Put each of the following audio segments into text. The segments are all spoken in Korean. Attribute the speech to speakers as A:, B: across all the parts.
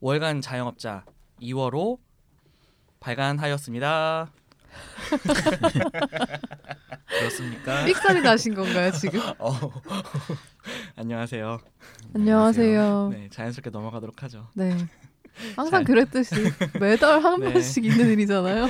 A: 월간 자영업자 2월호 발간하였습니다.
B: 그렇습니까?
C: 삑살이 나신 건가요 지금?
A: 어. 안녕하세요.
C: 안녕하세요.
A: 네, 자연스럽게 넘어가도록 하죠.
C: 네. 항상
A: 잘-
C: 그랬듯이 매달 한
A: 네.
C: 번씩 있는 일이잖아요.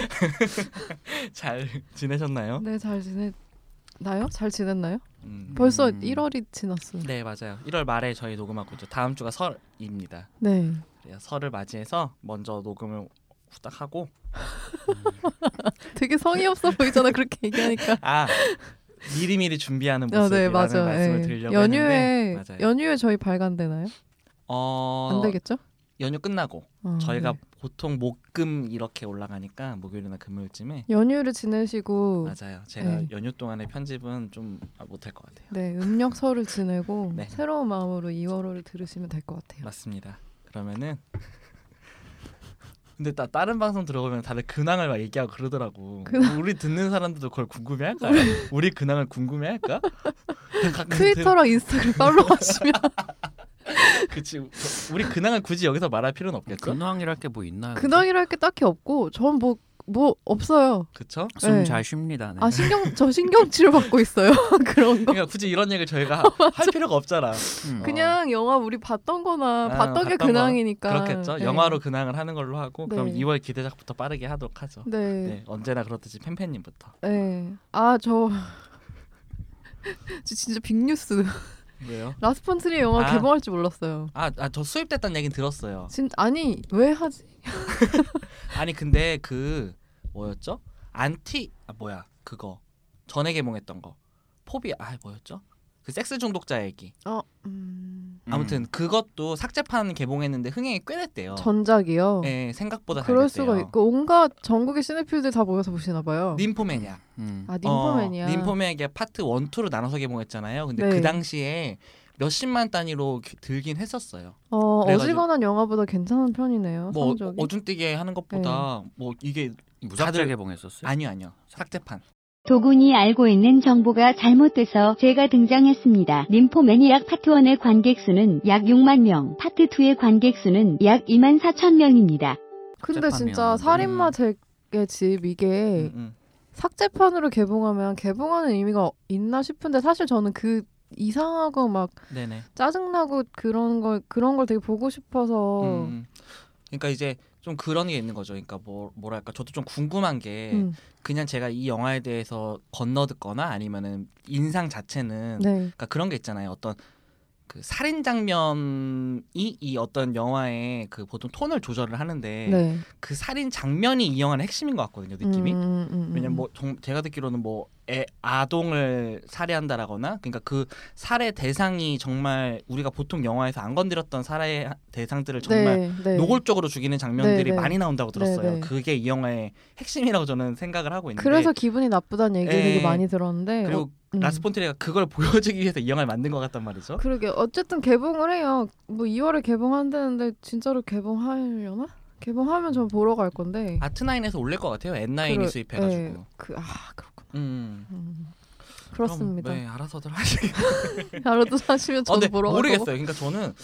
A: 잘 지내셨나요?
C: 네, 잘 지냈나요? 잘 지냈나요?
A: 음.
C: 벌써
B: 음.
C: 1월이 지났어요.
A: 네, 맞아요. 1월 말에 저희 녹음하고 있죠. 다음 주가 설입니다.
C: 네.
A: 그래서 설을 맞이해서 먼저 녹음을 후딱 하고
C: 되게 성의 없어 보이잖아 그렇게 얘기하니까.
A: 아 미리미리 준비하는
C: 아,
A: 모습이라는
C: 네, 맞아요.
A: 말씀을
C: 예.
A: 드리려고
C: 연휴에
A: 했는데 맞아요.
C: 연휴에 저희 발간되나요?
A: 어,
C: 안 되겠죠?
A: 연휴 끝나고
C: 아,
A: 저희가
C: 네.
A: 보통 목금 이렇게 올라가니까 목요일이나 금요일쯤에
C: 연휴를 지내시고
A: 맞아요. 제가
C: 네.
A: 연휴 동안의 편집은 좀 못할 것 같아요.
C: 네, 음력설을 지내고
A: 네.
C: 새로운 마음으로 2월호를 들으시면 될 것 같아요.
A: 맞습니다. 그러면은 근데 나 다른 방송 들어보면 다들 근황을 막 얘기하고 그러더라고.
C: 근황.
A: 우리 듣는 사람들도 그걸 궁금해할까? 우리 근황을 궁금해할까? 가끔
C: 트위터랑 인스타그램 팔로우하시면
A: 들- 그치. 우리 근황을 굳이 여기서 말할 필요는 없겠죠?
B: 그러니까
C: 그러니까?
B: 근황이랄 게 뭐
A: 아,
B: 있나요?
C: 근황이랄 게 딱히 없고 전 뭐 뭐 없어요.
A: 그쵸?
C: 네.
B: 숨잘 쉽니다. 네.
C: 아 신경 저 신경 치료 받고 있어요 그런 거.
A: 그러니까 굳이 이런 얘기를 저희가 할 필요가 없잖아.
B: 음.
C: 어, 그냥 영화 우리 봤던거나
A: 아,
C: 봤던 게
A: 봤던 거.
C: 근황이니까.
A: 그렇겠죠.
C: 네.
A: 영화로 근황을 하는 걸로 하고 그럼
C: 네.
A: 2월 기대작부터 빠르게 하도록 하죠.
C: 네.
A: 네, 언제나 그렇듯이 팬팬님부터.
C: 네. 아저 저 진짜 빅뉴스
A: 왜요?
C: 라스펀트리 영화
A: 아.
C: 개봉할 줄 몰랐어요.
A: 아, 아, 저 수입됐다는 얘긴 들었어요.
C: 진 아니 왜 하지?
A: 아니 근데 그 뭐였죠? 안티 아 뭐야 그거 전에 개봉했던 거 포비아 아 뭐였죠? 그 섹스 중독자 얘기
C: 어 음,
B: 음.
A: 아무튼 그것도 삭제판 개봉했는데 흥행이 꽤 됐대요.
C: 전작이요.
A: 예 어. 생각보다 잘
C: 그럴
A: 됐대요.
C: 수가 있고 온갖 전국의 시네필들 다 모여서 보시나 봐요.
A: 림포맨이야.
B: 음.
C: 아 닌포맨이야.
A: 어, 닌포맨이야 파트 1, 2로 나눠서 개봉했잖아요. 근데
C: 네.
A: 그 당시에 몇십만 단위로 기- 들긴 했었어요.
C: 어,
A: 그래가지고-
C: 어지간한 영화보다 괜찮은 편이네요.
A: 뭐
C: 어, 성적이. 네.
A: 어중뜨게 하는 것보다 뭐 이게
B: 무작정
A: 다들-
B: 개봉했었어요.
A: 아니요 아니요 삭제판
D: 도군이 알고 있는 정보가 잘못돼서 제가 등장했습니다. 림포매니악 파트 1의 관객 수는 약 6만 명, 파트 2의 관객 수는 약 2만 4천 명입니다.
C: 근데
B: 삭제판이었는데.
C: 진짜 살인마 제의 집 이게
A: 음, 음.
C: 삭제판으로 개봉하면 개봉하는 의미가 있나 싶은데 사실 저는 그 이상하고 막
A: 네네
C: 짜증나고 그런 걸 그런 걸 되게 보고 싶어서
A: 음. 그러니까 이제 좀 그런 게 있는 거죠. 그러니까 뭐 뭐랄까 저도 좀 궁금한 게
C: 음,
A: 그냥 제가 이 영화에 대해서 건너듣거나 아니면은 인상 자체는
C: 네.
A: 그러니까 그런 게 있잖아요. 어떤 그 살인 장면이 이 어떤 영화의 그 보통 톤을 조절을 하는데
C: 네.
A: 그 살인 장면이 이 영화의 핵심인 것 같거든요. 느낌이.
C: 음, 음, 음, 음.
A: 왜냐면 뭐 정- 제가 듣기로는 뭐 애, 아동을 살해한다라거나 그러니까 그 살해 대상이 정말 우리가 보통 영화에서 안 건드렸던 살해 대상들을 정말
C: 네, 네.
A: 노골적으로 죽이는 장면들이
C: 네, 네.
A: 많이 나온다고 들었어요.
C: 네, 네.
A: 그게 이 영화의 핵심이라고 저는 생각을 하고 있는데
C: 그래서 기분이 나쁘다는 얘기 되게
A: 예.
C: 많이 들었는데
A: 그리고
C: 어, 음.
A: 라스폰트리가 그걸 보여주기 위해서 이 영화를 만든 것 같단 말이죠.
C: 그러게 어쨌든 개봉을 해요. 뭐 2월에 개봉한다는데 진짜로 개봉하려나? 개봉하면 전 보러 갈 건데.
A: 아트나인에서 올릴 것 같아요. N9이
C: 그러-
A: 수입해가지고.
C: 예, 그, 아 그렇구나.
A: 음.
C: 음.
A: 그럼
C: 그렇습니다.
A: 네, 알아서들 하시겠죠.
C: 알아도 하시면
A: 어,
C: 저도
A: 네,
C: 보러 갈 거고.
A: 모르겠어요. 그러니까 저는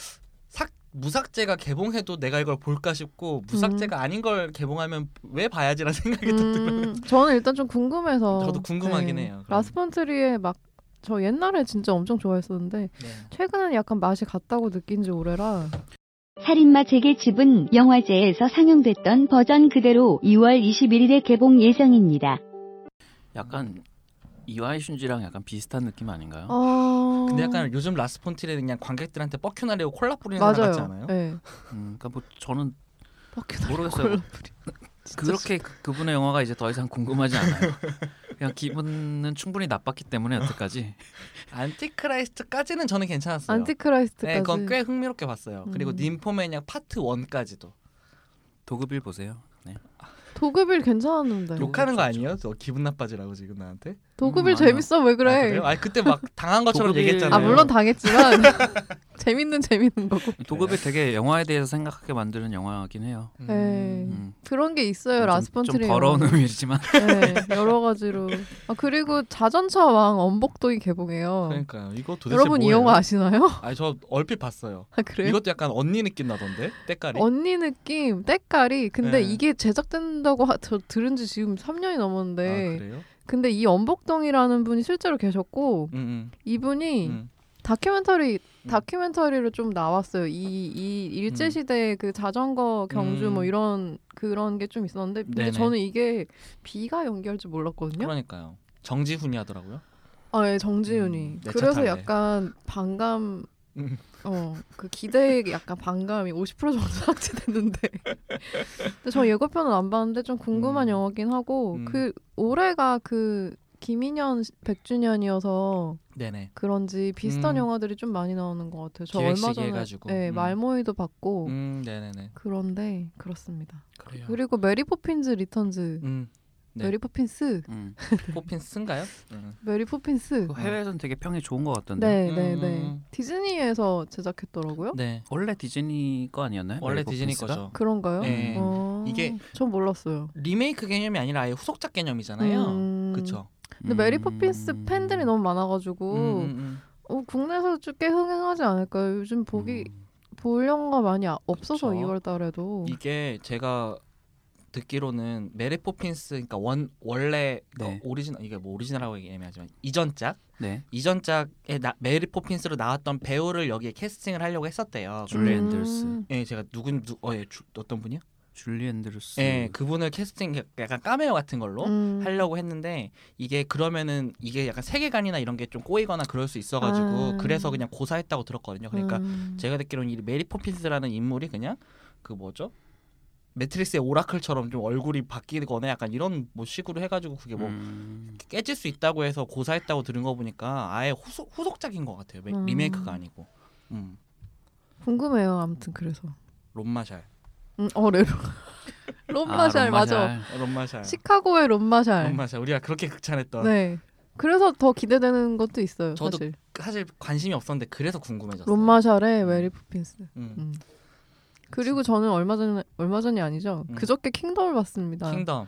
A: 삭 무삭제가 개봉해도 내가 이걸 볼까 싶고 무삭제가 아닌 걸 개봉하면 왜 봐야지라는 생각이 들더라고요.
C: 음, 저는 일단 좀 궁금해서. 네.
A: 저도 궁금하긴 해요, 그럼.
C: 라스펀트리에 막 저 옛날에 진짜 엄청 좋아했었는데
A: 네.
C: 최근에는 약간 맛이 갔다고 느낀 지 오래라.
D: 살인마 제게 집은 영화제에서 상영됐던 버전 그대로 2월 21일에 개봉 예정입니다.
B: 약간 이와이 슌지랑 약간 비슷한 느낌 아닌가요?
C: 어...
A: 근데 약간 요즘 라스폰트리는 그냥 관객들한테 뻑큐 나려고 콜라 뿌리는 사람 같지
C: 맞아요.
A: 않아요?
C: 네.
B: 음, 그러니까 뭐 저는
C: 뻑큐다.
B: 모르겠어요. 그렇게 그- 그분의 영화가 이제 더 이상 궁금하지 않아요. 그냥 기분은 충분히 나빴기 때문에 여태까지
A: 안티크라이스트까지는 저는 괜찮았어요.
C: 안티크라이스트까지.
A: 네, 그건 꽤 흥미롭게 봤어요. 그리고
C: 음.
A: 닌포매니아 파트 1까지도.
B: 도급일 보세요. 네.
C: 도급일 괜찮았는데.
B: 독-
A: 욕하는 거
C: 네.
B: 좋죠. 그렇죠.
A: 아니에요? 저 기분 나빠지라고 지금 나한테?
C: 도구빌
B: 음, 맞아.
C: 재밌어 왜 그래?
A: 아, 그래요? 네. 아니 그때 막 당한 것처럼
B: 도구비-
A: 얘기했잖아요.
C: 아 물론 당했지만 재밌는 재밌는 거고.
B: 도급이 되게 영화에 대해서 생각하게 만드는 영화긴 해요.
C: 네.
B: 음.
C: 그런 게
A: 아,
C: 있어요
B: 좀-
C: 라스펀트리.
B: 좀 더러운 의미지만
C: 네, 여러 가지로. 아 그리고 자전차 왕 언복도이 개봉해요.
A: 그러니까요. 이거 네, 도대체
C: 여러분 이
A: 뭐예요?
C: 영화 아시나요?
A: 아니 저 얼핏 봤어요.
C: 아 그래요?
A: 이것도 약간 언니 느낌 나던데 때깔이.
C: 언니 느낌, 때깔이. 근데
A: 네.
C: 이게 제작된다고 하, 저 들은 지 지금 3년이
A: 아
C: 넘었는데.
A: 그래요?
C: 근데 이 엄복동이라는 분이 실제로 계셨고
A: 음,
C: 이분이
A: 음, 음.
C: 다큐멘터리
A: 음.
C: 다큐멘터리로 좀 나왔어요. 이 이 일제 시대 그 자전거 경주 뭐
A: 음.
C: 이런 그런 게 좀 있었는데 근데
A: 네네.
C: 저는 이게 비가 연기할 줄 몰랐거든요.
A: 그러니까요. 정지훈이 하더라고요.
C: 아, 예, 정지윤이.
A: 음, 내차
C: 그래서
A: 탈래.
C: 약간 반감
A: 음.
C: 어, 그 기대에 약간 반감이 50% 정도 삭제됐는데. 근데 저 예고편은 안 봤는데 좀 궁금한
A: 음.
C: 영화긴 하고
A: 음.
C: 그 올해가 그 김인현 100주년이어서
A: 네네.
C: 그런지 비슷한
A: 음.
C: 영화들이 좀 많이 나오는 것 같아요. 저
A: 기획식
C: 얼마 전에
A: 해가지고.
C: 예,
A: 음.
C: 말모이도 봤고
A: 음, 네네네.
C: 그런데 그렇습니다.
A: 그래요.
C: 그리고 메리 포핀즈 리턴즈
A: 음, 네.
C: 메리 포핀스
B: 음.
A: 포핀스인가요? 음.
C: 메리 포핀스
B: 그 해외에서는 되게 평이 좋은 것 같던데.
C: 어. 네,
A: 음.
C: 네, 네. 디즈니에서 제작했더라고요.
A: 네.
B: 원래 디즈니 거 아니었나요?
A: 원래
B: 네, 메리포
A: 디즈니
B: 프린스가?
A: 거죠.
C: 그런가요?
A: 네.
C: 어...
A: 이게-
C: 전 몰랐어요.
A: 리메이크 개념이 아니라 아예 후속작 개념이잖아요.
C: 그 음.
A: 그렇죠.
C: 근데
B: 음.
C: 메리 포핀스
A: 음.
C: 팬들이 너무 많아가지고 어, 국내에서 좀꽤 흥행하지 않을까요? 요즘 보기
B: 음.
C: 볼 영화 많이 아- 없어서
A: 그쵸.
C: 2월달에도
A: 이게 제가 듣기로는 메리 포핀스 그러니까 원 원래
B: 네.
A: 그 오리지널 이게 뭐 오리지널이라고 얘기 애매하지만 이전작
B: 네.
A: 이전작에 나, 메리 포핀스로 나왔던 배우를 여기에 캐스팅을 하려고 했었대요.
B: 줄리
C: 음.
A: 근데-
B: 앤더스.
A: 예, 제가 누군 누 어, 예, 주, 어떤 분이요?
B: 줄리 앤드루스.
A: 예, 그분을 캐스팅 약간 까메오 같은 걸로
C: 음.
A: 하려고 했는데 이게 그러면은 이게 약간 세계관이나 이런 게 좀 꼬이거나 그럴 수 있어가지고
C: 아.
A: 그래서 그냥 고사했다고 들었거든요. 그러니까
C: 음.
A: 제가 듣기로는 이 메리 포핀스라는 인물이 그냥 그 뭐죠? 매트릭스의 오라클처럼 좀 얼굴이 바뀌거나 약간 이런 뭐 식으로 해가지고 그게 뭐
B: 음.
A: 깨질 수 있다고 해서 고사했다고 들은 거 보니까 아예 후속, 후속작인 것 같아요. 메-
C: 음.
A: 리메이크가 아니고. 음,
C: 궁금해요. 아무튼 그래서
A: 롬마샬.
C: 음, 어 레로 롬마샬
B: 아,
C: 맞아.
B: 롬마샬.
A: 롬마샬.
C: 시카고의 롬마샬.
A: 롬마샬. 우리가 그렇게 극찬했던.
C: 네. 그래서 더 기대되는 것도 있어요.
A: 저도
C: 사실
A: 사실 관심이 없었는데 그래서 궁금해졌어요.
C: 롬마샬의 메리 포핀스.
A: 음. 그렇죠.
C: 음. 그리고 저는 얼마 전에 얼마 전이 아니죠.
A: 음.
C: 그저께 킹덤을 봤습니다.
A: 킹덤. 음.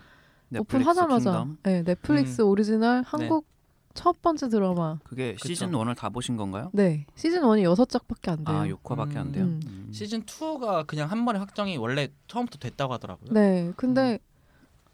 B: 넷플릭스
C: 오픈하자마자
B: 킹덤?
C: 네, 넷플릭스 오리지널 한국
A: 네.
C: 첫 번째 드라마.
B: 그게
A: 그쵸.
B: 시즌 1을 다 보신 건가요?
C: 네. 시즌 1이 여섯 작밖에 안 돼요.
B: 아, 6화밖에 안 돼요.
C: 네. 음.
B: 음.
A: 시즌 2가 그냥 한 번에 확정이 원래 처음부터 됐다고 하더라고요.
C: 네. 근데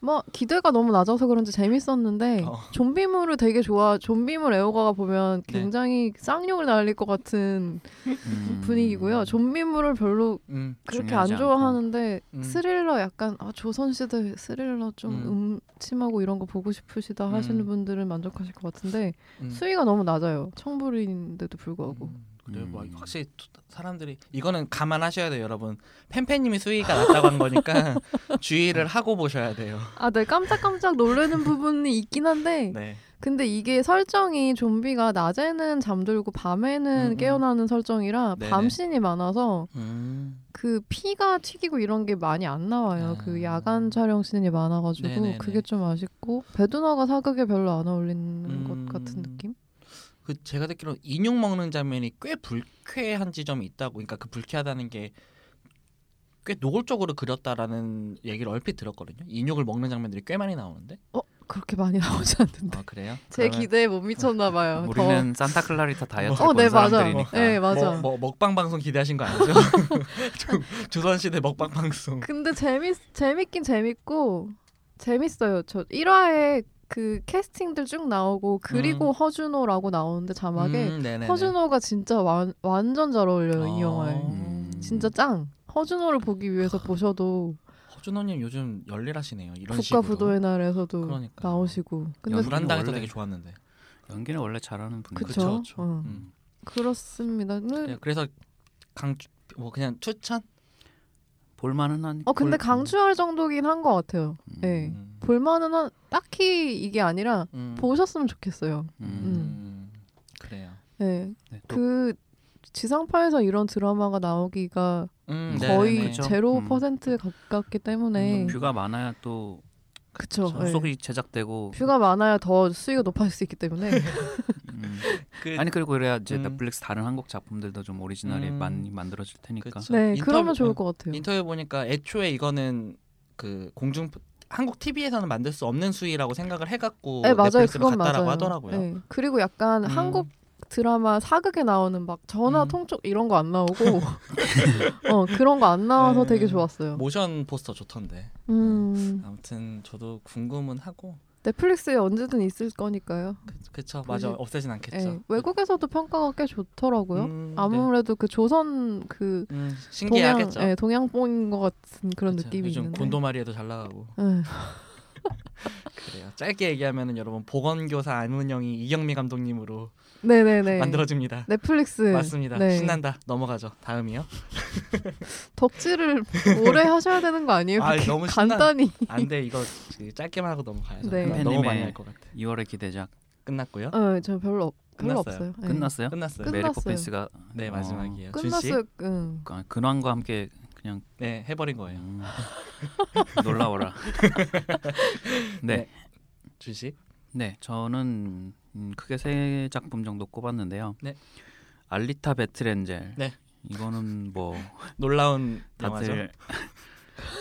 C: 뭐 기대가 너무 낮아서 그런지 재밌었는데
A: 어.
C: 좀비물을 되게 좋아 좀비물 애호가가 보면
A: 네.
C: 굉장히 쌍욕을 날릴 것 같은
B: 음.
C: 분위기고요. 좀비물을 별로
A: 음.
C: 그렇게 안
B: 중요하지 않고.
C: 좋아하는데
A: 음.
C: 스릴러 약간 아, 조선시대 스릴러 좀
A: 음.
C: 음. 침하고 이런 거 보고 싶으시다 하시는
A: 음.
C: 분들은 만족하실 것 같은데
A: 음.
C: 수위가 너무 낮아요. 청불인데도 불구하고.
A: 음, 그래요. 뭐
B: 음.
A: 확실히 두- 사람들이 이거는 감안하셔야 돼요, 여러분. 팬팬님이 수위가 낮다고 한 거니까 주의를 하고 보셔야 돼요.
C: 아, 네 깜짝깜짝 놀라는 부분이 있긴 한데
A: 네.
C: 근데 이게 설정이 좀비가 낮에는 잠들고 밤에는
A: 음, 음.
C: 깨어나는 설정이라
A: 네네.
C: 밤씬이 많아서
A: 음.
C: 그 피가 튀기고 이런 게 많이 안 나와요.
A: 아.
C: 그 야간 촬영 씬이 많아가지고
A: 네네네.
C: 그게 좀 아쉽고 배두나가 사극에 별로 안 어울리는
A: 음.
C: 것 같은 느낌.
A: 그 제가 듣기로 인육 먹는 장면이 꽤 불쾌한 지점이 있다고. 그러니까 그 불쾌하다는 게 꽤 노골적으로 그렸다라는 얘기를 얼핏 들었거든요. 인육을 먹는 장면들이 꽤 많이 나오는데.
C: 어 그렇게 많이 나오지 않는데
A: 아 그래요?
C: 제
A: 그러면
C: 기대에 못 미쳤나 봐요.
B: 음, 우리는 산타클라리타 다이어트
C: 어,
B: 본
C: 네, 맞아.
B: 사람들이니까.
C: 더. 네 맞아.
A: 뭐, 뭐 먹방 방송 기대하신 거 아니죠? 조- 조선시대 먹방 방송.
C: 근데 재밌 재밌긴 재밌고 재밌어요. 저 1화에 그 캐스팅들 쭉 나오고 그리고
A: 음.
C: 허준호라고 나오는데 자막에
A: 음, 네네네.
C: 허준호가 진짜 완, 완전 잘 어울려요
A: 아.
C: 이 영화에.
B: 음.
C: 진짜 짱. 허준호를 보기 위해서 보셔도
A: 허준호님 요즘 열일하시네요. 이런
C: 국가
A: 식으로.
C: 부도의 날에서도
A: 그러니까요.
C: 나오시고. 근데
B: 연구-
A: 불안당해서
B: 원래-
A: 되게 좋았는데.
B: 연기는 원래 잘하는 분이
C: 그쵸?
A: 그쵸, 그쵸.
C: 어.
A: 음.
C: 그렇습니다. 네.
A: 예, 그래서 강 뭐 그냥 추천.
B: 볼만은 한.
C: 어 근데
B: 볼-
C: 강추할 정도긴 한 것 같아요.
B: 음.
C: 네.
A: 음.
C: 볼만은 한 딱히 이게 아니라
A: 음.
C: 보셨으면 좋겠어요.
A: 음.
B: 음.
A: 그래요.
C: 네.
B: 네, 또
C: 그 지상파에서 이런 드라마가 나오기가
A: 음,
B: 음,
A: 네네네.
C: 거의
B: 그쵸.
C: 제로
B: 음.
C: 퍼센트 가깝기 때문에
B: 뷰가 많아야 또
C: 네. 그쵸. 예.
B: 속이 제작되고
C: 뷰가 많아야 더 수위가 높아질 수 있기 때문에
B: 음.
A: 그,
B: 아니 그리고 그래야 이제
A: 음.
B: 넷플릭스 다른 한국 작품들도 좀 오리지널이
A: 음.
B: 많이 만들어질 테니까
A: 그쵸.
C: 네
A: 인터뷰- 음,
C: 그러면 좋을 것 같아요.
A: 인터뷰 보니까 애초에 이거는 그 공중 한국 TV에서는 만들 수 없는 수위라고 생각을 해갖고
C: 네 맞아요
A: 넷플릭스로
C: 그건
A: 갔다라고
C: 맞아요.
A: 하더라고요.
C: 네. 그리고 약간
A: 음.
C: 한국 드라마 사극에 나오는 막 전화
A: 음.
C: 통촉 이런 거 안 나오고 어 그런 거 안 나와서
A: 네.
C: 되게 좋았어요.
A: 모션 포스터 좋던데.
C: 음
A: 아무튼 저도 궁금은 하고
C: 넷플릭스에 언제든 있을 거니까요.
A: 그쵸 맞아
C: 보실-
A: 없애진 않겠죠.
C: 예. 외국에서도 평가가 꽤 좋더라고요.
A: 음, 네.
C: 아무래도 그 조선 그
A: 음,
C: 동양
A: 신기하겠죠.
C: 예, 동양뽕인 것 같은 그런
A: 그쵸.
C: 느낌이
A: 요즘
C: 있는데.
A: 곤도마리에도 잘 나가고
C: 예.
A: 그래요. 짧게 얘기하면은 여러분 보건교사 안은영이 이경미 감독님으로
C: 네네네.
A: 만들어집니다.
C: 넷플릭스
A: 맞습니다.
C: 네.
A: 신난다. 넘어가죠. 다음이요.
C: 덕질을 오래 하셔야 되는 거 아니에요?
A: 아,
C: 그렇게
A: 너무 신나-
C: 간단히
A: 안돼 이거 지- 짧게만 하고 넘어가야죠.
C: 네.
A: 너무
B: 팬님의-
A: 많이 할 것 같아.
B: 2월의 기대작
A: 끝났고요.
C: 어, 저 별로 없, 별로
A: 끝났어요.
C: 없어요. 예.
B: 끝났어요?
A: 끝났어요.
C: 끝-
B: 메리
C: 끝났어요.
B: 포핀스가
A: 네
B: 어,
A: 마지막이에요. 준 씨, 음.
C: 끝났어요. 응.
B: 아, 근황과 함께 그냥
A: 네 해버린 거예요.
B: 음, 놀라워라. 네,
A: 준 씨,
B: 네, 저는 음, 크게 세 작품 정도 꼽았는데요.
A: 네.
B: 알리타 배틀엔젤.
A: 네.
B: 이거는 뭐
A: 놀라운 영화죠.
B: 다들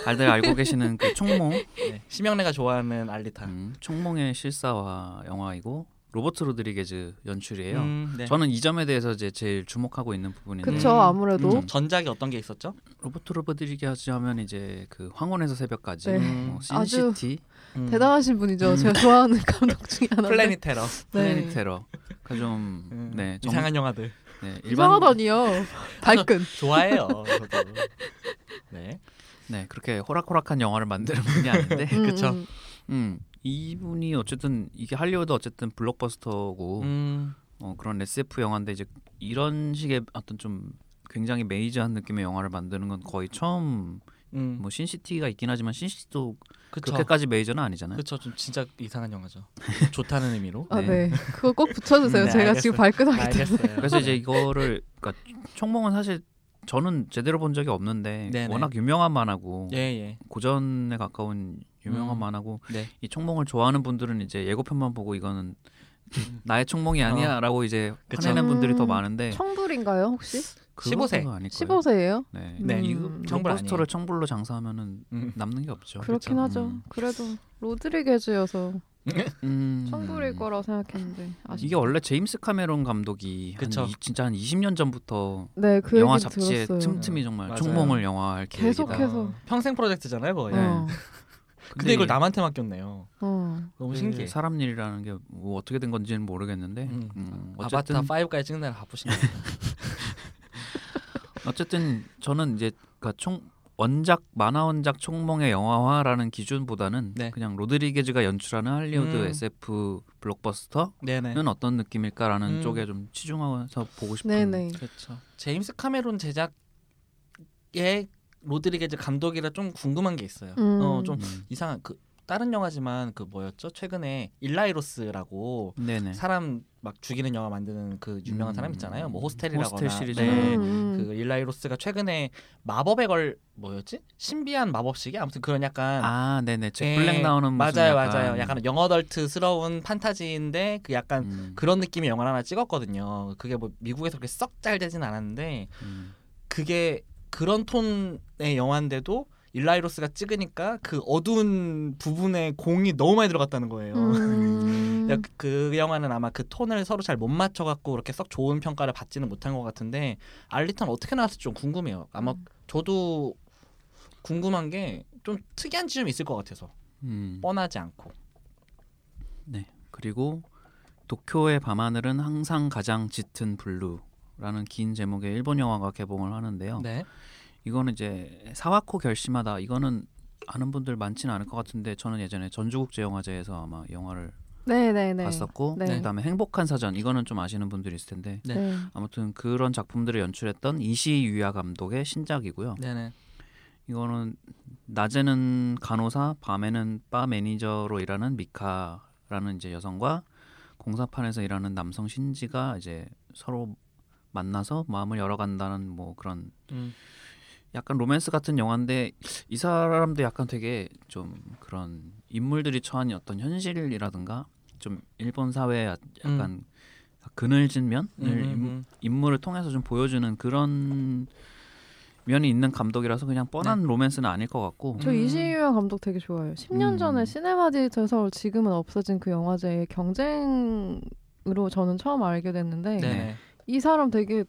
B: 다들 알고 계시는 그 총몽,
A: 네. 심영래가 좋아하는 알리타.
B: 음, 총몽의 실사화 영화이고 로버트 로드리게즈 연출이에요.
A: 음, 네.
B: 저는 이 점에 대해서 이제 제일 주목하고 있는 부분인데
C: 그쵸
A: 음.
C: 아무래도
A: 음, 전작이 어떤 게 있었죠?
B: 로버트 로버드리게즈 하면 이제 그 황혼에서 새벽까지
C: 네.
B: 뭐
C: 아주 네.
B: 신시티,
A: 음.
C: 대단하신 분이죠. 제가 좋아하는 감독 중에 하나.
A: 플래닛 테러.
B: 플래닛 테러 좀네
A: 음,
B: 정-
A: 이상한 영화들.
B: 네, 일반
C: 이상하더니요. 발끈.
A: 좋아해요. 저도. 네.
B: 네 그렇게 호락호락한 영화를 만드는 분이 아닌데
C: 음,
A: 그쵸.
C: 음.
B: 음 이분이 어쨌든 이게 할리우드 어쨌든 블록버스터고
A: 음,
B: 어, 그런 SF 영화인데 이제 이런 식의 어떤 좀 굉장히 메이저한 느낌의 영화를 만드는 건 거의 처음
A: 음.
B: 뭐 신시티가 있긴 하지만 신시티도
A: 그쵸.
B: 그렇게까지 네. 메이저는 아니잖아요.
A: 그쵸. 좀 진짜 이상한 영화죠. 좋다는 의미로.
C: 아,
B: 네.
C: 네. 그거 꼭 붙여주세요.
A: 네,
C: 제가
A: 알겠어요.
C: 지금 발끈하기 때문에.
A: 알겠어요.
B: 아, 그래서 이제 이거를 그러니까 총몽은 사실 저는 제대로 본 적이 없는데
A: 네네.
B: 워낙 유명한 만화고
A: 예 예.
B: 고전에 가까운 유명한
A: 음.
B: 만화고
A: 네.
B: 이 총몽을 좋아하는 분들은 이제 예고편만 보고 이거는 나의 총몽이 아니야라고 이제
A: 그쵸.
B: 화내는 분들이 더
C: 음,
B: 많은데
C: 청불인가요 혹시?
A: 네. 15세.
B: 아닐 거예요.
C: 15세예요?
B: 네.
A: 네.
B: 이
A: 청불
C: 음.
A: 아니에요.
B: 청불포스터를 청불로 장사하면은
A: 음.
B: 남는 게 없죠.
C: 그렇긴
A: 그쵸.
C: 하죠.
B: 음.
C: 그래도 로드리게즈여서
B: 음.
C: 청불일 거라 생각했는데 아쉽.
B: 이게 원래 제임스 카메론 감독이 한
A: 그쵸.
B: 이- 진짜 한 20년 전부터
C: 네그
B: 영화
C: 얘기
B: 잡지에
C: 들었어요.
B: 틈틈이 정말
A: 맞아요.
B: 총몽을 영화할
C: 계속
B: 계획이다.
C: 해서. 그래서-
A: 평생 프로젝트잖아요, 거의.
B: 네.
C: 어,
B: 예.
A: 근데 이걸 남한테 맡겼네요.
C: 어.
A: 너무
B: 그
A: 신기해.
B: 사람 일이라는 게 뭐 어떻게 된 건지는 모르겠는데
A: 음.
B: 음,
A: 아바타
B: 어쨌든
A: 5까지 찍느라 바쁘시네요.
B: 어쨌든 저는 이제 그러니까 총 원작 만화 원작 총몽의 영화화라는 기준보다는
A: 네.
B: 그냥 로드리게즈가 연출하는 할리우드
A: 음.
B: SF 블록버스터는
A: 네네.
B: 어떤 느낌일까라는
A: 음.
B: 쪽에 좀 치중해서 보고 싶은
C: 네네.
A: 그렇죠. 제임스 카메론 제작의 로드리게즈 감독이라 좀 궁금한 게 있어요.
C: 음.
A: 어, 좀
B: 음.
A: 이상한 그 다른 영화지만 그 뭐였죠? 최근에 일라이로스라고
B: 네네.
A: 사람 막 죽이는 영화 만드는 그 유명한
B: 음.
A: 사람 있잖아요. 뭐 호스텔이라거나
B: 호스텔 시리즈.
A: 네.
C: 음, 음.
A: 그 일라이로스가 최근에 마법의 걸 뭐였지? 신비한 마법시계 아무튼 그런 약간
B: 아, 네네. 잭
A: 예,
B: 블랙 나오는 무슨
A: 맞아요,
B: 약간,
A: 맞아요. 약간 영어덜트스러운 판타지인데 그 약간
B: 음,
A: 그런 느낌의 영화를 하나 찍었거든요. 그게 뭐 미국에서 그렇게 썩 잘 되진 않았는데
B: 음.
A: 그게 그런 톤의 영화인데도 일라이로스가 찍으니까 그 어두운 부분에 공이 너무 많이 들어갔다는 거예요.
C: 음.
A: 그러니까 그, 그 영화는 아마 그 톤을 서로 잘 못 맞춰갖고 그렇게 썩 좋은 평가를 받지는 못한 것 같은데 알리탄 어떻게 나왔을지 좀 궁금해요. 아마
C: 음.
A: 저도 궁금한 게 좀 특이한 지점이 있을 것 같아서
B: 음.
A: 뻔하지 않고
B: 그리고 도쿄의 밤하늘은 항상 가장 짙은 블루라는 긴 제목의 일본 영화가 개봉을 하는데요.
A: 네.
B: 이거는 이제 사와코 결심하다 이거는 아는 분들 많지는 않을 것 같은데 저는 예전에 전주국제영화제에서 아마 영화를
C: 네네네.
B: 봤었고
C: 네.
B: 그다음에 행복한 사전 이거는 좀 아시는 분들이 있을 텐데
A: 네.
C: 네.
B: 아무튼 그런 작품들을 연출했던 이시유야 감독의 신작이고요.
A: 네네.
B: 이거는 낮에는 간호사, 밤에는 바 매니저로 일하는 미카라는 이제 여성과 공사판에서 일하는 남성 신지가 이제 서로 만나서 마음을 열어간다는 뭐 그런
A: 음.
B: 약간 로맨스 같은 영화인데 이 사람도 약간 되게 좀 그런 인물들이 처한 어떤 현실이라든가 좀 일본 사회의 약간 그늘진 면을
A: 음, 음, 음.
B: 인물을 통해서 좀 보여주는 그런 면이 있는 감독이라서 그냥 뻔한
A: 네.
B: 로맨스는 아닐 것 같고
C: 저
A: 음.
C: 이시유현 감독 되게 좋아해요. 10년
B: 음.
C: 전에 시네마 디지털에서 지금은 없어진 그 영화제의 경쟁으로 저는 처음 알게 됐는데
A: 네.
C: 이 사람 되게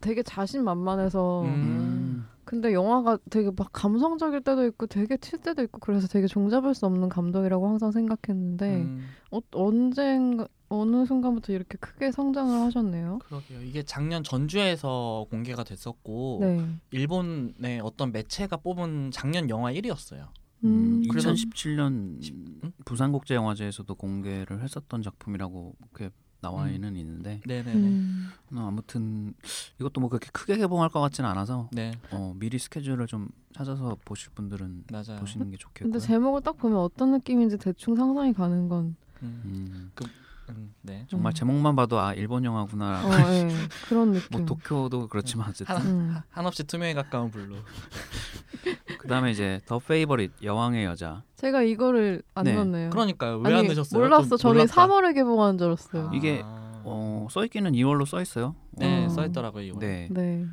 C: 되게 자신만만해서
A: 음.
C: 근데 영화가 되게 막 감성적일 때도 있고 되게 튈 때도 있고 그래서 되게 종잡을 수 없는 감독이라고 항상 생각했는데
A: 음,
C: 어, 언젠가 어느 순간부터 이렇게 크게 성장을 하셨네요.
A: 그러게요. 이게 작년 전주에서 공개가 됐었고
C: 네.
A: 일본의 어떤 매체가 뽑은 작년 영화 1위였어요.
C: 음.
B: 음,
A: 그래서-
B: 2017년
A: 응?
B: 부산국제영화제에서도 공개를 했었던 작품이라고 그렇게 나와
A: 음.
B: 있는 있는데
A: 네네네.
C: 음.
B: 어, 아무튼 이것도 뭐 그렇게 크게 개봉할 것 같지는 않아서
A: 네
B: 어, 미리 스케줄을 좀 찾아서 보실 분들은
A: 맞아요.
B: 보시는 게 좋겠고요.
C: 네. 근데 제목을 딱 보면 어떤 느낌인지 대충 상상이 가는 건
A: 음,
B: 음,
A: 음, 네.
B: 정말
C: 음.
B: 제목만 봐도 아 일본 영화구나.
C: 어, 예. 그런 느낌.
B: 뭐 도쿄도 그렇지만 어쨌든
A: 하나
C: 음.
A: 하- 한없이 투명에 가까운 블루.
B: 그다음에 이제 더 페이버릿 여왕의 여자
C: 제가 이거를 안
B: 네.
C: 넣었네요.
A: 그러니까요. 왜 안 넣으셨어요?
C: 몰랐어.
A: 좀
C: 저는
A: 놀랍다.
C: 3월에 개봉하는 줄 알았어요.
A: 아.
B: 이게, 어, 써 있기는 2월로 써 있어요.
A: 네
C: 어.
A: 써 있더라고요 이거. 네.
B: 네.
C: 네.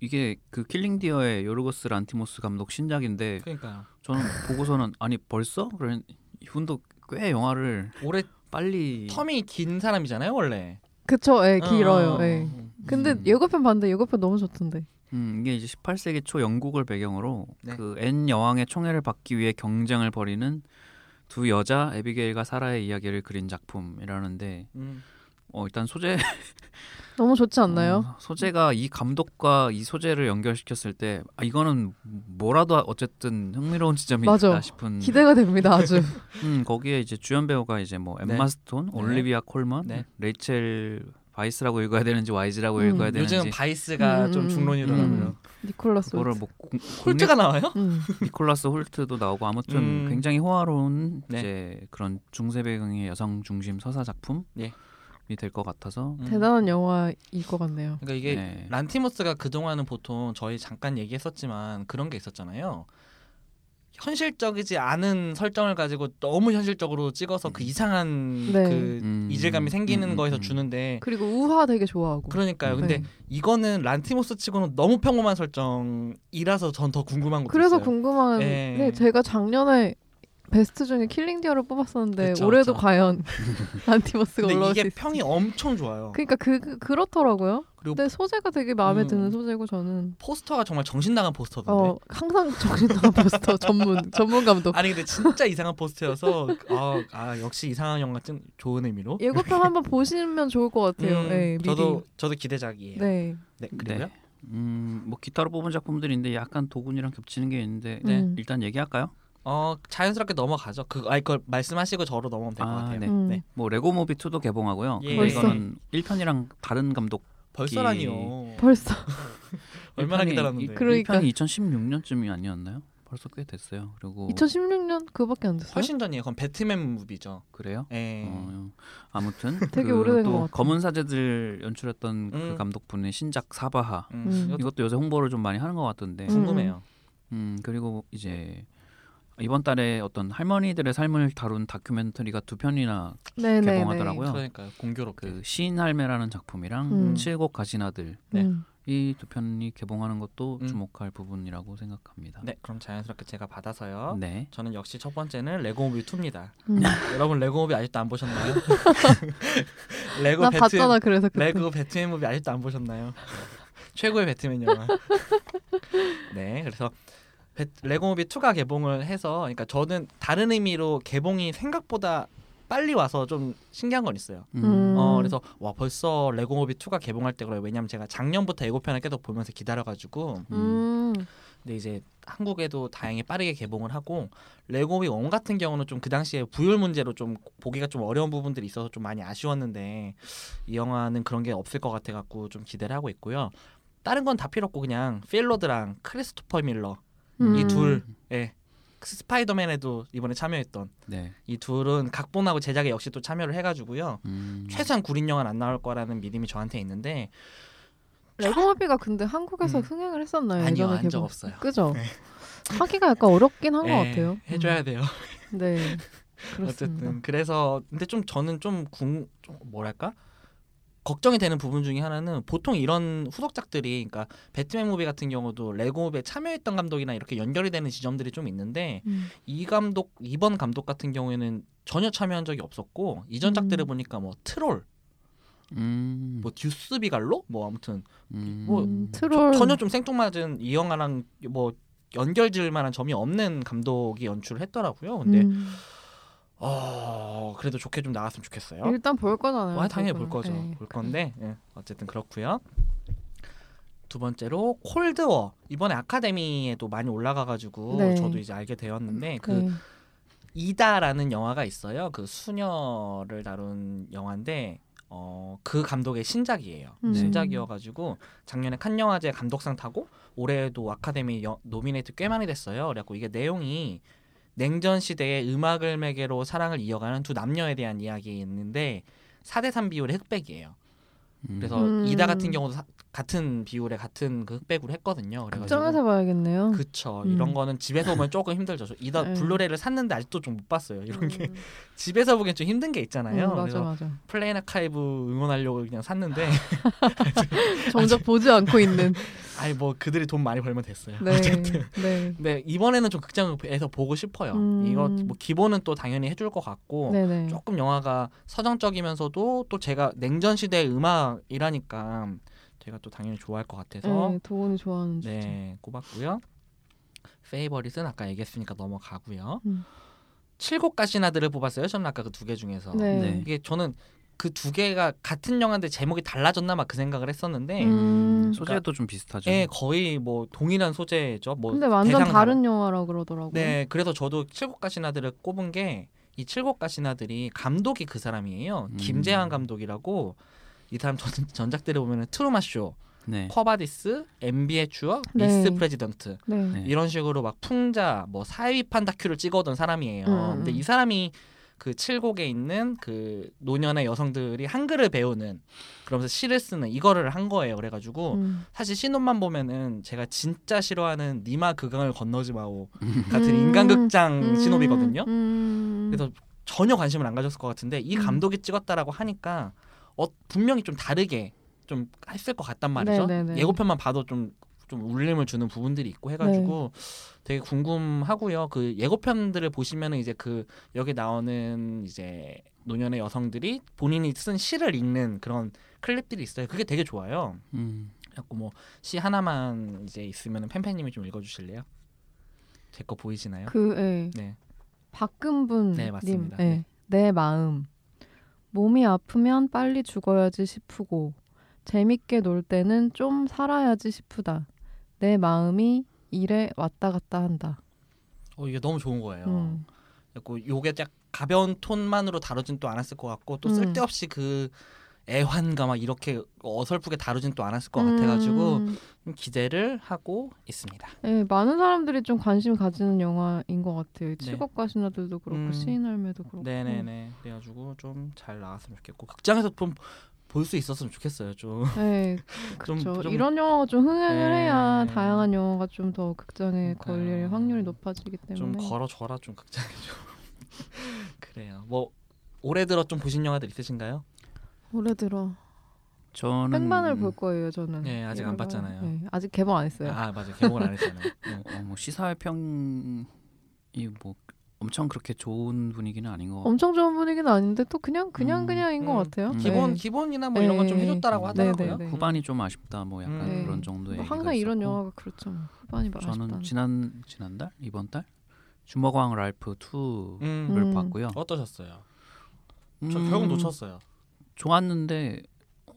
B: 이게 그 킬링 디어의 요르고스 란티모스 감독 신작인데
A: 그러니까요.
B: 저는 보고서는 아니 벌써 그런 이분도 꽤 영화를
A: 올해
B: 빨리
A: 텀이 긴 사람이잖아요 원래.
C: 그쵸, 예,
A: 어,
C: 길어요.
A: 어,
C: 예.
A: 어.
C: 근데
B: 음.
C: 예고편 봤는데 예고편 너무 좋던데.
B: 음, 이게 이제 18세기 초 영국을 배경으로
A: 네.
B: 그 앤 여왕의 총애를 받기 위해 경쟁을 벌이는 두 여자 에비게일과 사라의 이야기를 그린 작품이라는데
A: 음.
B: 어, 일단 소재
C: 너무 좋지 않나요?
B: 어, 소재가 이 감독과 이 소재를 연결시켰을 때 아, 이거는 뭐라도 어쨌든 흥미로운 지점이
C: 맞아.
B: 있다
A: 음.
B: 싶은
C: 기대가 됩니다, 아주.
B: 음, 거기에 이제 주연 배우가 이제 뭐 엠마
A: 네.
B: 스톤,
A: 네.
B: 올리비아 콜먼,
A: 네.
B: 레이첼 바이스라고 읽어야 되는지 와이즈라고
C: 음.
B: 읽어야 되는지
A: 요즘 바이스가
C: 음,
A: 좀
C: 음,
A: 중론이더라고요.
B: 음.
C: 니콜라스.
B: 그거를 뭐 공-
A: 홀트가 나와요?
C: 음.
B: 니콜라스 홀트도 나오고 아무튼
A: 음.
B: 굉장히 호화로운
A: 네.
B: 이제 그런 중세 배경의 여성 중심 서사 작품이
A: 예.
B: 될 것 같아서
A: 음.
C: 대단한 영화일 것 같네요.
A: 그러니까 이게
B: 네.
A: 란티모스가 그동안은 보통 저희 잠깐 얘기했었지만 그런 게 있었잖아요. 현실적이지 않은 설정을 가지고 너무 현실적으로 찍어서 그 이상한
C: 네.
A: 그
B: 음.
A: 이질감이 생기는
B: 음, 음,
A: 거에서
B: 음.
A: 주는데
C: 그리고 우화 되게 좋아하고.
A: 그러니까요.
B: 음.
A: 근데
C: 네.
A: 이거는 란티모스 치고는 너무 평범한 설정이라서 전 더 궁금한 것도
C: 그래서
A: 있어요.
C: 궁금한
A: 뭐 예.
C: 네, 제가 작년에 베스트 중에 킬링 디어를 뽑았었는데
A: 그쵸,
C: 올해도
A: 그쵸.
C: 과연 안티버스가
A: 근데
C: 올라올 수
A: 이게
C: 있을지.
A: 평이 엄청 좋아요.
C: 그러니까 그, 그- 그렇더라고요.
A: 그리고
C: 근데 소재가 되게 마음에
A: 음.
C: 드는 소재고 저는
A: 포스터가 정말 정신 나간 포스터던데.
C: 어 항상 정신나간 포스터 전문 전문 감독
A: 아니 근데 진짜 이상한 포스터여서 아, 아 역시 이상한 영화 좀 좋은 의미로.
C: 예고편 한번 보시면 좋을 것 같아요.
A: 음,
C: 네, 미리.
A: 저도 저도 기대작이에요. 네,
C: 네.
A: 그리고요.
B: 네. 음, 뭐 기타로 뽑은 작품들인데 약간 도군이랑 겹치는 게 있는데
C: 네. 음.
B: 일단 얘기할까요?
A: 어 자연스럽게 넘어가죠. 그 아이 그걸 말씀하시고 저로 넘어오면 될 것
B: 아,
A: 같아요.
B: 네.
C: 음.
A: 네.
B: 뭐 레고 모비 2도 개봉하고요.
A: 예.
B: 근데
C: 벌써?
B: 이거는 1편이랑 다른 감독
A: 벌써라니요.
C: 벌써
A: 얼마나
B: 일편이-
A: 기다렸는데.
B: 이-
C: 그러니까.
B: 1편이 2016년쯤이 아니었나요? 벌써 꽤 됐어요. 그리고
C: 2016년 그거밖에 안 됐어요.
A: 훨씬 전이에요. 그건 배트맨 무비죠.
B: 그래요?
A: 예.
B: 어, 아무튼
C: 되게
B: 그
C: 오래된
B: 또
C: 것 같아요.
B: 검은 사제들 연출했던
A: 음.
B: 그 감독분의 신작 사바하
A: 음,
C: 음.
A: 이것도
B: 이것도 요새 홍보를 좀 많이 하는 것 같던데
C: 음.
B: 음,
A: 궁금해요.
B: 그리고 이제 이번 달에 어떤 할머니들의 삶을 다룬 다큐멘터리가 두 편이나
C: 네, 네,
B: 개봉하더라고요. 음.
A: 그러니까 공교롭게.
B: 그 시인 할매라는 작품이랑
C: 음.
B: 칠곡 가시나들
C: 네.
A: 네.
C: 음.
B: 이 두 편이 개봉하는 것도
A: 음.
B: 주목할 부분이라고 생각합니다.
A: 네, 어? 그럼 자연스럽게 제가 받아서요.
B: 네.
A: 저는 역시 첫 번째는 레고 무비 2입니다.
C: 음.
A: 여러분 레고 무비 아직도 안 보셨나요? 레고
C: 나
A: 배트맨
C: 봤잖아 그래서 그때.
A: 레고 배트맨 무비 아직도 안 보셨나요? 최고의 배트맨 영화. 네, 그래서 배- 레고 무비 2가 개봉을 해서 그러니까 저는 다른 의미로 개봉이 생각보다 빨리 와서 좀 신기한 건 있어요.
C: 음.
A: 어, 그래서 와 벌써 레고 무비 2가 개봉할 때 그래요. 왜냐면 제가 작년부터 예고편을 계속 보면서 기다려가지고
C: 음.
A: 근데 이제 한국에도 다행히 빠르게 개봉을 하고 레고비 원 같은 경우는 좀 그 당시에 부율 문제로 좀 보기가 좀 어려운 부분들이 있어서 좀 많이 아쉬웠는데 이 영화는 그런 게 없을 것 같아 갖고 좀 기대를 하고 있고요. 다른 건 다 필요 없고 그냥 필로드랑 크리스토퍼 밀러
C: 음.
A: 이 둘, 예. 스파이더맨에도 이번에 참여했던
B: 네.
A: 이 둘은 각본하고 제작에 역시 또 참여를 해가지고요.
B: 음.
A: 최소한 구린 영화는 안 나올 거라는 믿음이 저한테 있는데
C: 레고마비가 근데 한국에서
A: 음.
C: 흥행을 했었나요?
A: 아니요,
C: 예전에
A: 한 적
C: 개봉?
A: 없어요.
C: 그죠? 하기가 약간 어렵긴 한 것
A: 예,
C: 같아요.
A: 해줘야 돼요.
C: 음. 네. 그렇습니다.
A: 어쨌든 그래서 근데 좀 저는 좀궁좀 뭐랄까 걱정이 되는 부분 중에 하나는 보통 이런 후속작들이 그러니까 배트맨 무비 같은 경우도 레고에 참여했던 감독이나 이렇게 연결이 되는 지점들이 좀 있는데
C: 음.
A: 이 감독 이번 감독 같은 경우에는 전혀 참여한 적이 없었고 이전
C: 음.
A: 작들을 보니까 뭐 트롤
B: 음,
A: 뭐 듀스비갈로 뭐 아무튼
B: 음,
A: 뭐
C: 음,
A: 저-
C: 트롤
A: 전혀 좀 생뚱맞은 이 영화랑 뭐 연결 지을 만한 점이 없는 감독이 연출을 했더라고요. 근데
C: 음.
A: 어, 그래도 좋게 좀 나왔으면 좋겠어요.
C: 일단 볼 거잖아요.
A: 와, 뭐 당연히 볼
C: 그거는.
A: 거죠.
C: 네.
A: 볼 건데 예. 어쨌든 그렇고요. 두 번째로 콜드워 이번에 아카데미에도 많이 올라가가지고
C: 네.
A: 저도 이제 알게 되었는데 그
C: 네.
A: 이다라는 영화가 있어요. 그 수녀를 다룬 영화인데 어, 그 감독의 신작이에요.
C: 음.
A: 신작이어가지고 작년에 칸 영화제 감독상 타고 올해도 아카데미 여- 노미네이트 꽤 많이 됐어요. 그래갖고 이게 내용이 냉전 시대의 음악을 매개로 사랑을 이어가는 두 남녀에 대한 이야기인데 4대3 비율의 흑백이에요.
B: 음.
A: 그래서
C: 음.
A: 이다 같은 경우도 사- 같은 비율의 같은 그 흑백으로 했거든요.
C: 극장에서
A: 그래가지고
C: 봐야겠네요.
A: 그쵸.
C: 음.
A: 이런 거는 집에서 보면 조금 힘들죠. 저 이다
C: 음.
A: 블루레이를 샀는데 아직도 좀 못 봤어요. 이런 게
C: 음.
A: 집에서 보기엔 좀 힘든 게
C: 음,
A: 있잖아요.
C: 맞아 아.
A: 그래서
C: 맞아.
A: 플레인 아카이브 응원하려고 그냥 샀는데
C: 정작 보지 않고 있는.
A: 아니 뭐 그들이 돈 많이 벌면 됐어요.
C: 네. 네.
A: 근데 이번에는 좀 극장에서 보고 싶어요.
C: 음.
A: 이거 뭐 기본은 또 당연히 해줄 것 같고
C: 네네.
A: 조금 영화가 서정적이면서도 또 제가 냉전 시대의 음악이라니까 제가 또 당연히 좋아할 것 같아서
C: 네, 도훈이 좋아하는 주제.
A: 네 꼽았고요. 페이버릿은 아까 얘기했으니까 넘어가고요.
C: 음.
A: 칠곡 가시나들을 뽑았어요. 저는 아까 그 두 개 중에서
C: 네.
B: 네.
A: 이게 저는 그 두 개가 같은 영화인데 제목이 달라졌나 막 그 생각을 했었는데
C: 음.
B: 소재도 좀 비슷하죠.
A: 예, 거의 뭐 동일한 소재죠. 뭐
C: 근데 완전
A: 대상
C: 다른 영화라 그러더라고요.
A: 네, 그래서 저도 칠곡 가시나들을 꼽은 게 이 칠곡 가시나들이 감독이 그 사람이에요.
B: 음.
A: 김재한 감독이라고 이 사람 전, 전작들을 보면은 트루마 쇼,
B: 네.
A: 커바디스, MB의 추억,
C: 네.
A: 미스 프레지던트
C: 네.
B: 네.
A: 이런 식으로 막 풍자, 뭐 사회비판 다큐를 찍어오던 사람이에요.
C: 음.
A: 근데 이 사람이 그 칠곡에 있는 그 노년의 여성들이 한글을 배우는 그러면서 시를 쓰는 이거를 한 거예요. 그래가지고
C: 음.
A: 사실 신혼만 보면은 제가 진짜 싫어하는 니마 그강을 건너지 마오 같은
C: 음.
A: 인간극장
C: 음.
A: 신호비거든요.
C: 음.
A: 그래서 전혀 관심을 안 가졌을 것 같은데 이
C: 음.
A: 감독이 찍었다라고 하니까 어, 분명히 좀 다르게 좀 했을 것 같단 말이죠.
C: 네네네.
A: 예고편만 봐도 좀 좀 울림을 주는 부분들이 있고 해가지고
C: 네.
A: 되게 궁금하고요. 그 예고편들을 보시면은 이제 그 여기 나오는 이제 노년의 여성들이 본인이 쓴 시를 읽는 그런 클립들이 있어요. 그게 되게 좋아요.
B: 음.
A: 자꾸 뭐시 하나만 이제 있으면 팬팬님이 좀 읽어주실래요? 제 거 보이시나요?
C: 그 예.
A: 네.
C: 박금분
A: 네, 맞습니다.
C: 님. 예. 내 마음. 몸이 아프면 빨리 죽어야지 싶고 재밌게 놀 때는 좀 살아야지 싶다. 내 마음이 일에 왔다 갔다 한다.
A: 어 이게 너무 좋은 거예요.
C: 음.
A: 자꾸 요게 딱 가벼운 톤만으로 다루진 또 않았을 것 같고 또
C: 음.
A: 쓸데없이 그 애환과 막 이렇게 어설프게 다루진 또 않았을 것
C: 음.
A: 같아가지고 좀 기대를 하고 있습니다.
C: 예, 많은 사람들이 좀 관심 가지는 영화인 것 같아요.
A: 네.
C: 칠곡 가시나들도 그렇고
A: 음.
C: 시인할매도 그렇고.
A: 네네네. 그래가지고 좀 잘 나왔으면 좋겠고 극장에서 좀 볼 수 있었으면 좋겠어요. 좀
C: 예,
A: 좀-
C: 그렇죠.
A: 좀-
C: 이런 영화가 좀 흥행을
A: 네.
C: 해야 다양한 영화가 좀 더 극장에
A: 그러니까요.
C: 걸릴 확률이 높아지기
A: 좀
C: 때문에.
A: 걸어줘라 좀 극장에 좀 그래요. 뭐 올해 들어 좀 보신 영화들 있으신가요?
C: 오래 들어.
B: 저는
C: 백만을 볼 거예요 저는.
A: 네, 아직 안
C: 이거를.
A: 봤잖아요.
C: 네, 아직 개봉 안 했어요.
A: 아 맞아 개봉을 안 했잖아요. 네.
B: 어, 뭐 시사회평이 뭐 엄청 그렇게 좋은 분위기는 아닌 것 같고
C: 엄청 좋은 분위기는 아닌데 또 그냥 그냥
B: 어. 음,
C: 그냥인 것
A: 음.
C: 같아요.
A: 기본
C: 네.
A: 기본이나 뭐 이런 건 좀
C: 네.
A: 해줬다라고
B: 음.
A: 하더라고요.
C: 네.
B: 후반이 좀 아쉽다 뭐 약간
A: 음.
B: 그런
C: 네.
B: 정도의
C: 뭐
B: 얘기가
C: 항상 이런
B: 있었고.
C: 영화가 그렇죠. 뭐. 후반이 많아
B: 저는
C: 싶다는.
B: 지난 지난달 이번 달 주먹왕 랄프 2를
A: 음.
C: 음.
B: 봤고요.
A: 어떠셨어요?
B: 음,
A: 저 결국 놓쳤어요.
B: 좋았는데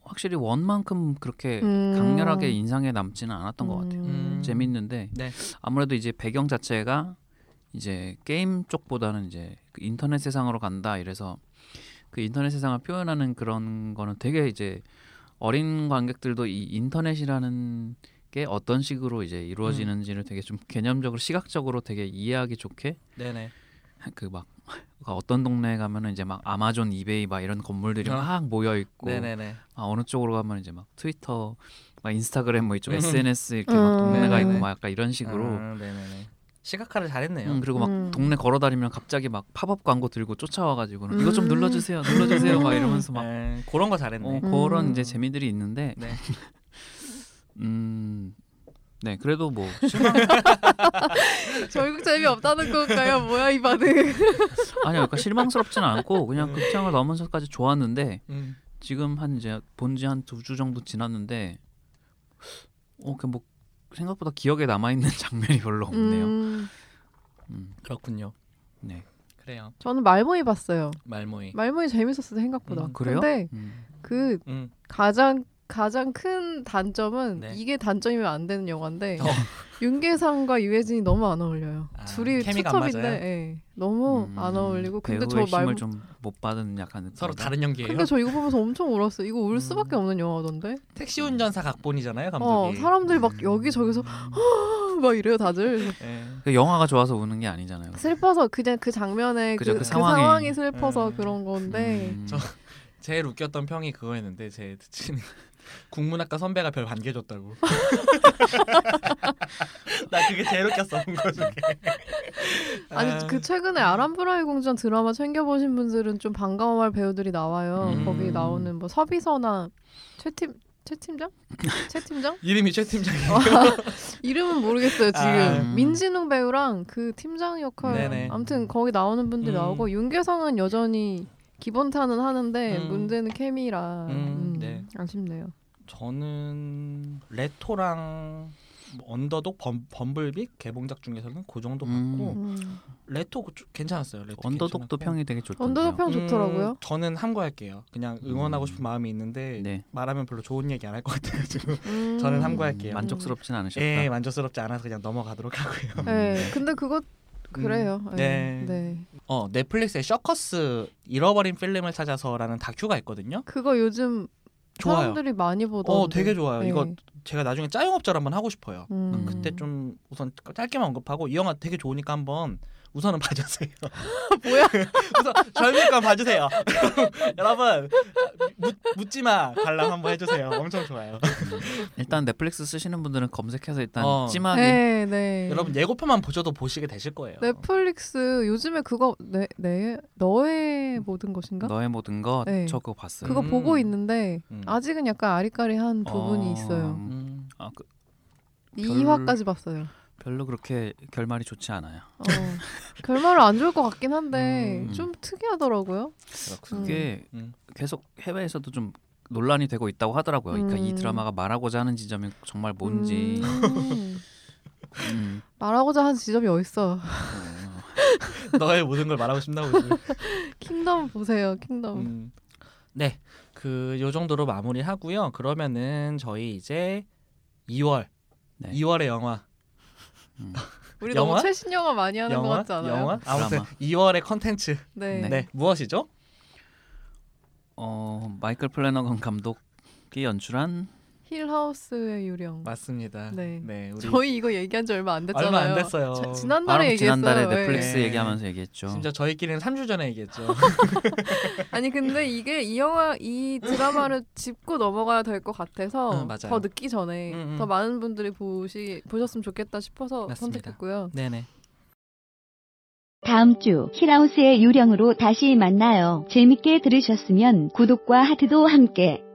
B: 확실히 원만큼 그렇게
C: 음.
B: 강렬하게 인상에 남지는 않았던 것 같아요.
A: 음.
B: 재밌는데
A: 네.
B: 아무래도 이제 배경 자체가 이제 게임 쪽보다는 이제 그 인터넷 세상으로 간다 이래서 그 인터넷 세상을 표현하는 그런 거는 되게 이제 어린 관객들도 이 인터넷이라는 게 어떤 식으로 이제
A: 음.
B: 이루어지는지를 되게 좀 개념적으로 시각적으로 되게 이해하기 좋게
A: 네네.
B: 그 막 어떤 동네에 가면은 이제 막 아마존 이베이 막 이런 건물들이
A: 어.
B: 막 모여 있고
A: 네네네.
B: 아 어느 쪽으로 가면 이제 막 트위터 막 인스타그램 뭐 이쪽
A: 음.
B: SNS 이렇게
C: 음.
B: 막 동네가 있고
A: 네네네.
B: 막 약간 이런 식으로
A: 아, 네네네. 시각화를 잘했네요.
B: 음, 그리고 막
C: 음.
B: 동네 걸어다니면 갑자기 막 팝업 광고 들고 쫓아와가지고 는 이거 좀
C: 음.
B: 눌러주세요, 눌러주세요 막 이러면서 막
A: 에, 그런 거 네, 잘했네.
B: 어,
C: 음.
B: 그런 이제 재미들이 있는데
A: 네.
B: 음, 네 그래도 뭐
C: 결국 재미 없다는 건가요? 뭐야 이 반응?
B: 아니 그러니까 실망스럽진 않고 그냥 극장을 넘어서까지 좋았는데
A: 음.
B: 지금 한 이제 본지 한 두 주 정도 지났는데 어, 그냥 뭐 생각보다 기억에 남아 있는 장면이 별로 없네요.
C: 음,
B: 음,
A: 그렇군요.
B: 네.
A: 그래요.
C: 저는 말모이 봤어요.
A: 말모이.
C: 말모이 재밌었어요 생각보다.
B: 음, 그래요?
C: 근데
B: 음.
C: 그
A: 음.
C: 가장 가장 큰 단점은
A: 네.
C: 이게 단점이면 안 되는 영화인데
A: 어.
C: 윤계상과 유해진이 너무 안 어울려요.
A: 아,
C: 둘이
A: 케미가 안
C: 투톱인데
A: 맞아요?
C: 예, 너무
B: 음,
C: 안 어울리고 근데 저
B: 배우의 힘을
C: 말모
B: 좀 못 받은 약간 느낌.
A: 서로 다른 연기예요.
C: 근데 저 이거 보면서 엄청 울었어요. 이거 울 수밖에 없는 영화던데.
A: 택시 운전사 각본이잖아요, 예.
C: 어,
A: 감독이.
C: 사람들이 막 여기 저기서 막 이래요 다들.
A: 예.
B: 그 영화가 좋아서 우는 게 아니잖아요.
C: 슬퍼서 그냥 그 장면에 그,
B: 그죠,
C: 그,
B: 그
C: 상황이,
B: 상황이.
C: 슬퍼서
A: 음.
C: 그런 건데.
B: 음,
A: 저- 제일 웃겼던 평이 그거였는데 제 친구 국문학과 선배가 별 반개 줬다고. 나 그게 제일 웃겼어 그거 중에. 네.
C: 아니 그 최근에 아람브라이 궁전 드라마 챙겨보신 분들은 좀 반가워할 배우들이 나와요.
A: 음.
C: 거기 나오는 뭐 서비서나 최팀 최팀장? 최팀장?
A: 이름이 최 팀장이에요.
C: 어, 이름은 모르겠어요 지금
A: 아,
B: 음.
C: 민진웅 배우랑 그 팀장 역할
A: 네네.
C: 아무튼 거기 나오는 분들이
A: 음.
C: 나오고 윤계상은 여전히 기본타는 하는데
A: 음.
C: 문제는 케미라
A: 음,
C: 음,
A: 네.
C: 아쉽네요
A: 저는 레토랑 뭐 언더독 범, 범블빅 개봉작 중에서는 그 정도
B: 음.
A: 봤고
C: 음.
A: 레토 그- 괜찮았어요. 레토 괜찮았고.
B: 언더독도 평이 되게 좋던데요.
C: 언더독 평 좋더라고요
A: 음, 저는 함구할게요. 그냥 응원하고
B: 음.
A: 싶은 마음이 있는데
B: 네.
A: 말하면 별로 좋은 얘기 안 할 것 같아가지고
C: 음.
A: 저는 함구할게요.
B: 만족스럽진 않으셨다.
A: 예 만족스럽지 않아서 그냥 넘어가도록 하고요.
C: 네 근데 그거 그래요
A: 음. 네.
C: 네. 네.
A: 어 넷플릭스의 셔커스 잃어버린 필름을 찾아서라는 다큐가 있거든요.
C: 그거 요즘
A: 좋아요.
C: 사람들이 많이 보던
A: 어 되게
C: 네.
A: 좋아요. 이거 제가 나중에 짜영업자를 한번 하고 싶어요.
C: 음.
A: 그때
C: 네,
A: 좀 우선 짧게만 언급하고 이 영화 되게 좋으니까 한번 우선은 봐주세요.
C: 뭐야?
A: 우선 절묘감 봐주세요. 여러분 묻, 묻지마 관람 한번 해주세요. 엄청 좋아요.
B: 일단 넷플릭스 쓰시는 분들은 검색해서 일단
A: 어.
B: 찜하게
C: 네, 네.
A: 여러분 예고편만 보셔도 보시게 되실 거예요.
C: 넷플릭스 요즘에 그거 내, 내 너의 모든 것인가?
B: 너의 모든 것
C: 네.
B: 저 그거 봤어요.
C: 그거
A: 음.
C: 보고 있는데
A: 음.
C: 아직은 약간 아리까리한
B: 어,
C: 부분이 있어요.
A: 음.
B: 아, 그,
C: 이
B: 별-
C: 2화까지 봤어요.
B: 별로 그렇게 결말이 좋지 않아요.
C: 어. 결말은 안 좋을 것 같긴 한데
B: 음.
C: 좀 특이하더라고요.
A: 그렇군요.
B: 그게
A: 음.
B: 계속 해외에서도 좀 논란이 되고 있다고 하더라고요. 그러니까 이
C: 음.
B: 드라마가 말하고자 하는 지점이 정말 뭔지.
C: 음.
B: 음.
C: 말하고자 하는 지점이 어딨어.
B: 어,
A: 너의 모든 걸 말하고 싶나 보지.
C: 킹덤 보세요. 킹덤.
A: 음. 네, 그 요 정도로 마무리하고요. 그러면은 저희 이제 2월
B: 네.
A: 2월의 영화
C: 우리
A: 영화?
C: 너무 최신 영화 많이 하는 것
A: 영화
C: 같지 않아요?
A: 영화 아무튼
B: 드라마.
A: 2월의 컨텐츠
C: 네.
A: 네.
B: 네.
A: 무엇이죠?
B: 어, 마이클 플래너건 감독이 연출한
C: 힐하우스의 유령.
A: 맞습니다.
C: 네.
A: 우리
C: 저희 이거 얘기한 지 얼마 안 됐잖아요.
A: 얼마 안 됐어요.
C: 자-
B: 바로 그
C: 지난달에 얘기했어요.
B: 지난달에
C: 예.
B: 넷플릭스
A: 네.
B: 얘기하면서 얘기했죠.
A: 심지어 저희끼리는 3주 전에 얘기했죠.
C: 아니 근데 이게 이 영화 이 드라마를 짚고 넘어가야 될 것 같아서
B: 음,
A: 응, 맞아요.
C: 더 늦기 전에
A: 응, 응.
C: 더 많은 분들이 보시 보셨으면 좋겠다 싶어서
A: 맞습니다.
C: 선택했고요.
A: 네네.
D: 다음 주 힐하우스의 유령으로 다시 만나요. 재밌게 들으셨으면 구독과 하트도 함께